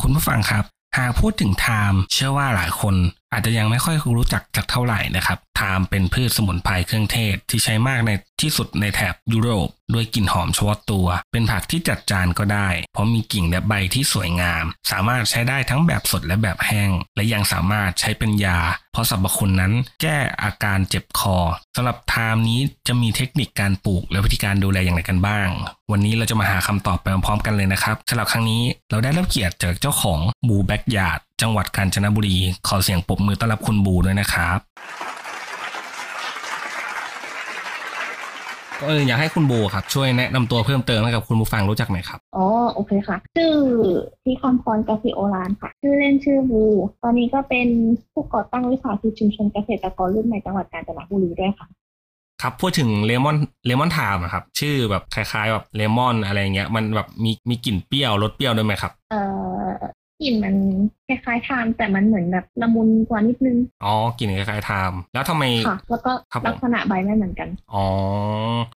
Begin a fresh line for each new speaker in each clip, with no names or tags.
คุณผู้ฟังครับ หากพูดถึงไทม์เชื่อว่าหลายคนอาจจะยังไม่ค่อยรู้จักจักเท่าไหร่นะครับไทม์เป็นพืชสมุนไพรเครื่องเทศที่ใช้มากในที่สุดในแถบยุโรป ด้วยกลิ่นหอมเฉพาะตัว เป็นผักที่จัดจานก็ได้ เพราะมีกิ่งและใบที่สวยงาม สามารถใช้ได้ทั้งแบบสดและแบบแห้ง และยังสามารถใช้เป็นยา เพราะสรรพคุณนั้นแก้อาการเจ็บคอสำหรับไทม์นี้จะมีเทคนิคการปลูกและวิธีการดูแลอย่างไรกันบ้าง วันนี้เราจะมาหาคำตอบไปพร้อมๆกันเลยนะครับสำหรับครั้งนี้เราได้รับเกียรติจากเจ้าของบูแบ็กยาร์ดจังหวัดกาญจนบุรี ขอเสียงปรบมือต้อนรับคุณบูด้วยนะครับก็เลยอยากให้คุณบูครับช่วยแนะนำตัวเพิ่มเติมให้กับคุณผู้ฟังรู้จักหน่อยครับ
อ๋อโอเคค่ะ ชื่อที่คำพรกาซิโอรานค่ะ ชื่อเล่นชื่อบูตอนนี้ก็เป็นผู้ก่อตั้งวิสาหกิจชุมชนเกษตรกรรุ่นใหม่จังหวัดกาญจนบุรีด้วยค่ะ
ครับพูดถึงเลมอนเลมอนไทม์อะครับ ชื่อแบบคล้ายๆแบบเลมอนอะไรเงี้ย มันแบบมีมีกลิ่นเปรี้ยวรสเปรี้ยวด้วยไหมครับ
เอ่อกลิ่นมันคล้ายๆทามแต่มันเหมือนแบบละมุนกว่านิดนึง
อ๋อกลิ่นคล้ายๆไทม์แล้วทำไม
ค่ะ แล้วก็
ครับผม
ลักษณะใบไม่เหมือนกัน
อ๋อ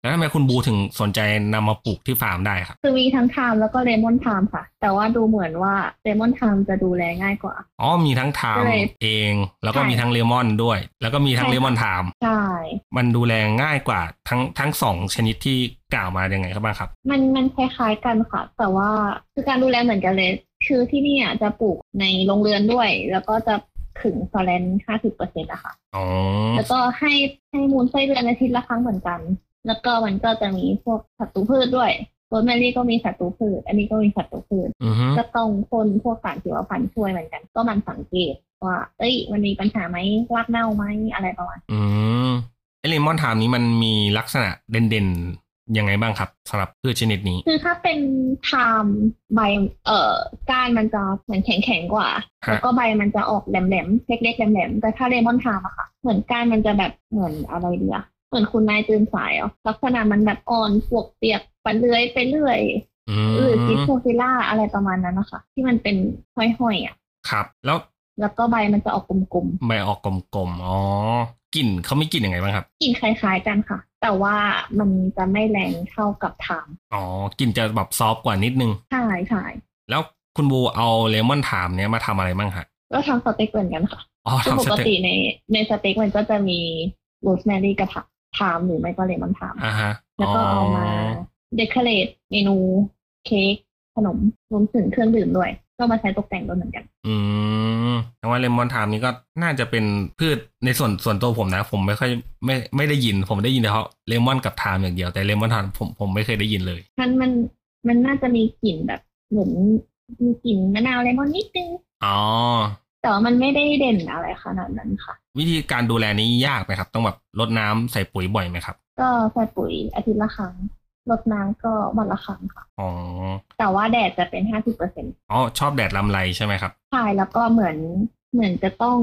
แล้วทำไมคุณบูถึงสนใจนำมาปลูกที่ฟาร์มได้ครับ
คือมีทั้งทามแล้วก็เลมอนทามค่ะ แต่ว่าดูเหมือนว่าเลมอนทามจะดูแลง่ายกว่า
อ๋อมีทั้งไทม์
ใช่
เอง แล้วก็
ใช่
มีทั้งเลมอนด้วย แล้วก็มีทั้ง
ใช่
เลมอนไทม์
ใช่
มันดูแลง่ายกว่าทั้งทั้งสองชนิดที่กล่าวมายังไงครับบ้างครับ
มันมันคล้ายๆกันค่ะ แต่ว่าคือการดูแลเหมือนกันเลย คือที่นี่อ่ะจะปลูกในโรงเรือนด้วย แล้วก็จะขึงฟอเรนห้าสิบเปอร์เซ็นต์ะค่ะ
อ๋อ
แล้วก็ให้ให้มูลไส้เดือนอาทิตย์ละครั้งเหมือนกัน แล้วก็มันก็จะมีพวกสัตรูพืชด้วยโรสแมรี่ก็มีสัตรูพืช อันนี้ก็มีสัตรูพืช
อือฮึ
ก็ต้องคนพวกสารชีวพันธุ์ช่วยเหมือนกัน ก็มันสังเกตว่า เอ้ย มันมีปัญหาไหมรากเน่าไหมอะไรประมาณ
อืมไอเลมอนไทม์นี้มันมีลักษณะเด่นๆ ยังไงบ้างครับสำหรับพืชชนิดนี้
คือถ้าเป็นไทม์ใบเอ่อก้านมันจะเหมือนแข็งๆกว่า
ฮะ
แล้วก็ใบมันจะออกแหลมๆเล็กๆแหลมๆแต่ถ้าเลมอนไทม์อะค่ะ เหมือนก้านมันจะแบบเหมือนอะไรดีอะเหมือนคุณนายจืนสายอ่ะลักษณะมันแบบอ่อนปวกเปียกปันเลื้อยไปเรื่อย
อื
หรือจิ
ม
โคฟิล่าอะไรประมาณนั้นนะคะที่มันเป็นห้อยๆอ่ะ
ครับ แล้ว
แล้วก็ใบมันจะออกกลม
ใบออกกลมๆ อ๋อ กลิ่นเขาไม่กลิ่นยังไงบ้างครับ
ๆกลิ่นคล้ายๆกันค่ะ แต่ว่ามันจะไม่แรงเท่ากับไทม์
อ๋อ กลิ่นจะแบบซอฟต์กว่านิดนึง
ใช่ใช่
แล้วคุณบูเอาเลมอนไทม์เนี้ยมาทำอะไรบ้างฮะ
ก็ทำสเต็กเหมือนกันค่ะ
อ๋อ
ซึ่งป
ทำส
ก
เต็ก
ติในในสเต็กมันก็จะมีโรสแมรี่กระทะทามหรือไม่ก็เลมอนทาม
อ่าฮะ
แล้วก็เอามาเดคอเรทเมนูเค้กขนมรวมถึงเครื่องดื่มด้วย ก็มาใช้ตกแต่งด้วยเหมือนกัน
อืมแต่ว่าเลมอนไทม์นี้ก็น่าจะเป็นพืชในส่วนส่วนตัวผมนะ ผมไม่ค่อยไม่ไม่ได้ยิน ผมได้ยินเฉพาะเลมอนกับไทม์อย่างเดียว แต่เลมอนไทม์ผมผมไม่เคยได้ยินเลย
มันมันมันน่าจะมีกลิ่นแบบเหมือนมีกลิ่นมะนาวเลมอนนิดนึง
อ๋อ
แต่ว่ามันไม่ได้เด่นอะไรขนาดนั้นค่ะ
วิธีการดูแลนี้ยากไหมครับ ต้องแบบรดน้ำใส่ปุ๋ยบ่อยไหมครับ
ก็ใส่ปุ๋ยอาทิตย์ละครั้งรดน้ำก็วันละครั้งค่ะ
อ๋อ
แต่ว่าแดดจะเป็นห้าสิบเปอร์เซ็น
อ๋อ ชอบแดดลำไรใช่ไหมครับ
ใช่แล้วก็เหมือนเหมือนจะต้อง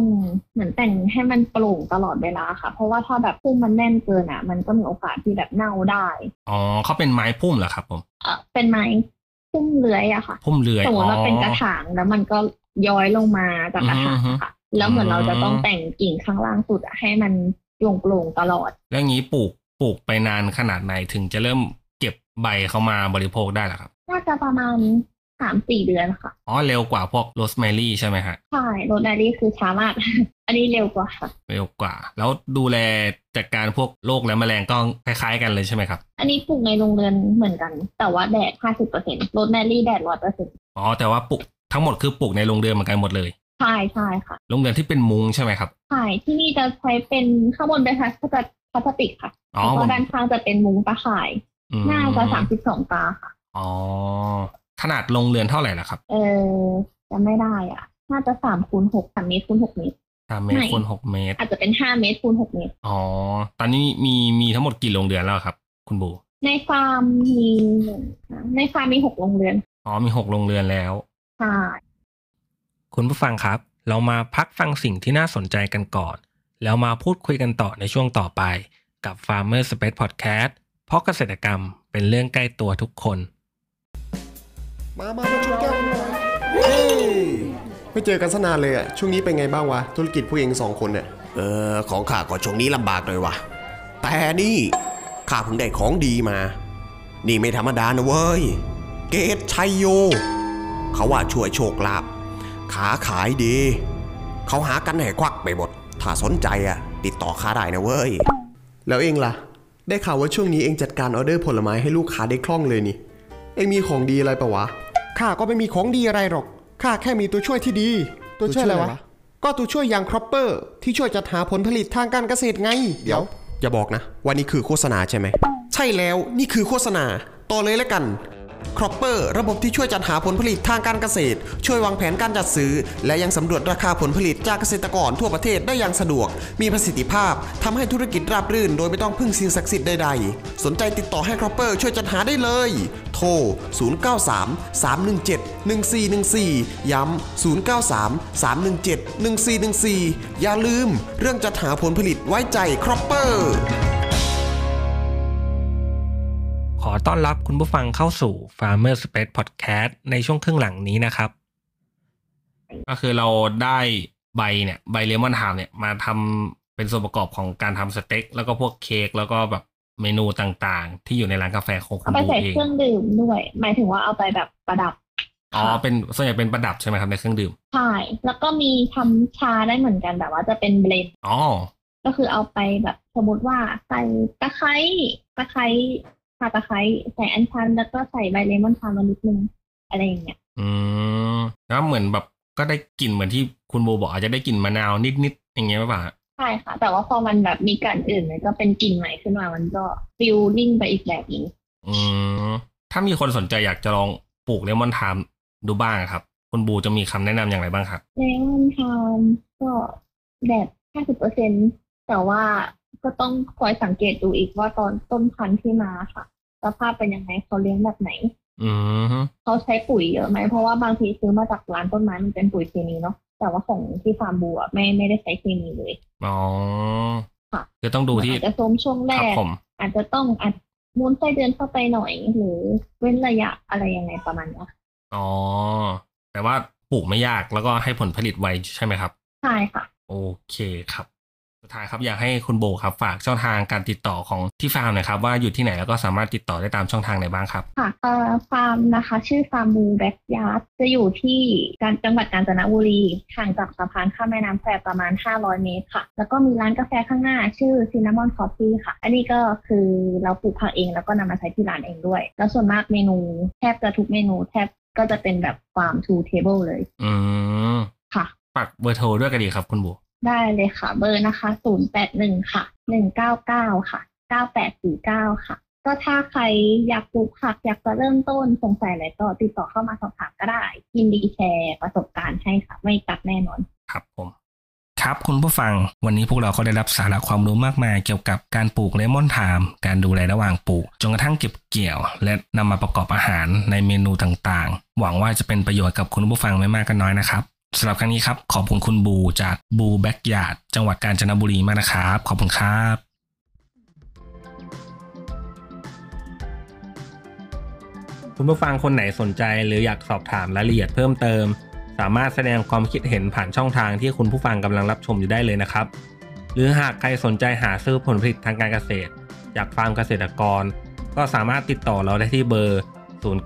เหมือนแต่งให้มันโปร่งตลอดเวลาค่ะ เพราะว่าถ้าแบบพุ่มมันแน่นเกินอ่ะ มันก็มีโอกาสที่แบบเน่าได้
อ๋อเขาเป็นไม้พุ่มเหรอครับผม
เออเป็นไม้พุ่มเลื้อยอะค่ะ
พุ่มเลือย
สมมติว่าเป็นกระ
อ๋อ
ถางแล้วมันก็ย้อยลงมาจากกระถางอะค่ะ แล้วเหมือนเราจะต้องแต่งกิ่งข้างล่างสุดอะให้มันโปร่งๆตลอด
แล้วอย่างนี้ปลูกปลูกไปนานขนาดไหนถึงจะเริ่มเก็บใบเข้ามาบริโภคได้ล่ะครับ
น่าจะประมาณสามสี่เดือนค่ะ
อ๋อเร็วกว่าพวกโรสแมรี่ใช่ไหมฮะ
ใช่โรดนารี่คือช้ามาก อันนี้เร็วกว่าค่ะ
เร็วกว่า แล้วดูแลจัดการพวกโรคและแมลงก็คล้ายๆกันเลยใช่ไหมครับ
อันนี้ปลูกในโรงเรือนเหมือนกัน แต่ว่าแดดห้าสิบเปอร์เซ็นต์โรดนารี่แดดร้อยเปอร์เซ็น
อ๋อแต่ว่าปลูกทั้งหมดคือปลูกในโรงเรือนเหมือนกันหมดเลย
ใช่ใช่ค่ะ
โรงเรือนที่เป็นมุ้งใช่ไหมครับ
ใช่ที่นี่จะใช้เป็นข้างบนเป็นพลาสติกพลาสติกค่ะ
อ๋อ
แล้ว
ผ
ก็
ม
ด้านข้างจะเป็นมุงตาข่าย
อืม
หน้าจะสามสิบสองตาค่ะ
อ๋อขนาดโรงเรือนเท่าไหร่ล่ะครับ
เออ จะไม่ได้อ่ะ น่าจะสามคูณหกสามเมตรคูณหกเมตร
สามเมตร
ไม่
คูณหกเมตร
อาจจะเป็นห้าเมตรคูณหกเมตร
อ๋อ ตอนนี้มีมีทั้งหมดกี่โรงเรือนแล้วครับ คุณบู
ในฟาร์มมีหนึ่งนะในฟาร์มมีหกโรงเรือน
อ๋อมีหกโรงเรือนแล้ว
ค่ะ
คุณผู้ฟังครับ เรามาพักฟังสิ่งที่น่าสนใจกันก่อน แล้วมาพูดคุยกันต่อในช่วงต่อไป กับ Farmer Space Podcast เพราะเกษตรกรรมเป็นเรื่องใกล้ตัวทุกคน
มามามาชนแก้วหน่อยเฮ้ยไม่เจอกันสนานเลยอะช่วงนี้เป็นไงบ้างวะ ธุรกิจพวกเองสองคนเนี่ยเออ ของข้าก็ช่วงนี้ลำบากเลยวะแต่นี่ข้าเพิ่งได้ของดีมา นี่ไม่ธรรมดานะเว้ย เกตชัยโย เขาว่าช่วยโชคลาภขาขายดี เขาหากันแห่ควักไปหมด ถ้าสนใจอะติดต่อข้าได้นะเว้ย แล้วเองล่ะ ได้ข่าวว่าช่วงนี้เองจัดการออเดอร์ผลไม้ให้ลูกค้าได้คล่องเลยนี่ เองมีของดีอะไรปะวะ
ข้าก็ไม่มีของดีอะไรหรอก ข้าแค่มีตัวช่วยที่ดี ตัวช่วยอะไร
ตัวช่วยอะไร
วะ
วะ
ก็ตัวช่วยอย่างครอปเปอร์ที่ช่วยจัดหาผลผลิตทางการเกษตรไง เดี๋ยว
อย่าบอกนะว่านี่คือโฆษณาใช่ไหม
ใช่แล้วนี่คือโฆษณา ต่อเลยแล้วกันครอปเปอร์ระบบที่ช่วยจัดหาผลผลิตทางการเกษตร ช่วยวางแผนการจัดซื้อ และยังสำรวจราคาผลผลิตจากเกษตรกรทั่วประเทศได้อย่างสะดวก มีประสิทธิภาพทำให้ธุรกิจราบรื่น โดยไม่ต้องพึ่งสิ่งศักดิ์สิทธิ์ใดๆ สนใจติดต่อให้ครอปเปอร์ช่วยจัดหาได้เลย โทร 093 317 1414 ย้ำ 093 317 1414 อย่าลืม เรื่องจัดหาผลผลิตไว้ใจครอปเปอร์
ขอต้อนรับคุณผู้ฟังเข้าสู่ Farmer Space Podcast ในช่วงครึ่งหลังนี้นะครับ
ก็คือเราได้ใบเนี่ย ใบเลมอนทามเนี่ยมาทำเป็นส่วนประกอบของการทำสเต็ก แล้วก็พวกเค้กแล้วก็แบบเมนูต่างๆ ที่อยู่ในร้านกาแฟของคุ
เอา
ณ
ไป
บู
ใส่
เอง
เครื่องดื่มด้วย หมายถึงว่าเอาไปแบบประดับ
อ๋อเป็นส่วนใหญ่เป็นประดับใช่ไหมครับในเครื่องดื่ม
ใช่แล้วก็มีทำชาได้เหมือนกันแต่ว่าจะเป็นเบลนด์
อ๋อ
ก็คือเอาไปแบบสมมติว่าใส่ตะไคร้ตะไคร้ชาตะไคร้ใส่อัญชัน แล้วก็ใส่ใบเลมอนชามานิดนึงอะไรอย่างเงี้ย
อืมแล้วเหมือนแบบก็ได้กลิ่นเหมือนที่คุณโบบอกอาจจะได้กลิ่นมะนาวนิดๆอย่างเงี้ยไหมป่ะ
ใช่ค่ะ แต่ว่าพอมันแบบมีกลิ่นอื่นมันก็เป็นกลิ่นใหม่ขึ้นมามันก็ฟิลลิ่งไปอีกแบบหนึง
อืมถ้ามีคนสนใจอยากจะลองปลูกเลมอนทามดูบ้างอะครับ คุณบูจะมีคำแนะนำอย่างไรบ้างครับ
เลมอนทามก็แบบ50เปอร์เซ็นแต่ว่าก็ต้องคอยสังเกตดูอีกว่าตอนต้นพันธุ์ที่มาค่ะ สภาพเป็นยังไงเขาเลี้ยงแบบไหน
อืม
เขาใช้ปุ๋ยเยอะไหม เพราะว่าบางทีซื้อมาจากร้านต้นไม้มันเป็นปุ๋ยเคมีเนาะแต่ว่าของที่ฟาร์มบัวไม่ไม่ได้ใช้เคมีเลย
อ๋อ
ค่ะ
คือต้องดูที่
อาจจะโทรมช่วงแร
ครับ
ก
ผม
อาจจะต้องอัดมูลไส้เดือนเข้าไปหน่อย หรือเว้นระยะอะไรยังไงประมาณเนี้ย
อ๋อแต่ว่าปลูกไม่ยากแล้วก็ให้ผลผลิตไวใช่ไหมครับ
ใช่ค่ะ
โอเคครับ สุดท้ายครับอยากให้คุณโบครับฝากช่องทางการติดต่อของที่ฟาร์มหนะครับ ว่าอยู่ที่ไหนแล้วก็สามารถติดต่อได้ตามช่องทางไหนบ้างครับ
ค่ะเอ่อฟาร์มนะคะ ชื่อฟาร์มบูแบ็กยาร์ดจะอยู่ที่การจังหวัดกาญจนบุรีห่างจากสะพานข้ามแม่น้ำแควประมาณ 500 เมตรค่ะ แล้วก็มีร้านกาแฟข้างหน้าชื่อซินนามอนคอฟฟี่ค่ะ อันนี้ก็คือเราปลูกผักเองแล้วก็นำมาใช้ที่ร้านเองด้วย แล้วส่วนมากเมนูแทบจะทุกเมนูแทบก็จะเป็นแบบฟาร์มทูเทเบิลเลย
อืม
ค่ะ
ฝากเบอร์โทรด้วยก็ดีครับคุณโบ
ได้เลยค่ะ เบอร์นะคะ 081 ค่ะ 199 ค่ะ 9849 ค่ะ ก็ถ้าใครอยากปลูกผักอยากจะเริ่มต้นสงสัยอะไรก็ติดต่อเข้ามาสอบถามก็ได้ ยินดีแชร์ประสบการณ์ให้ค่ะ ไม่ตัดแน่นอน
ครับผม
ครับคุณผู้ฟัง
วันนี้พวกเราก็ได้รับสาระความรู้มากมายเกี่ยวกับการปลูกเลมอนไทม์การดูแลระหว่างปลูก จนกระทั่งเก็บเกี่ยว และนำมาประกอบอาหารในเมนูต่างๆ หวังว่าจะเป็นประโยชน์กับคุณผู้ฟังไม่มากก็น้อยนะครับสำหรับครั้งนี้ครับ ขอบคุณคุณบูจากบูแบ็กยาดจังหวัดกาญจนบุรีมากนะครับ ขอบคุณครับ คุณผู้ฟังคนไหนสนใจหรืออยากสอบถามรายละเอียดเพิ่มเติม สามารถแสดงความคิดเห็นผ่านช่องทางที่คุณผู้ฟังกำลังรับชมอยู่ได้เลยนะครับ หรือหากใครสนใจหาซื้อผลผลิตทางการเกษตร จากฟาร์มเกษตรกร ก็สามารถติดต่อเราได้ที่เบอร์ 0933171414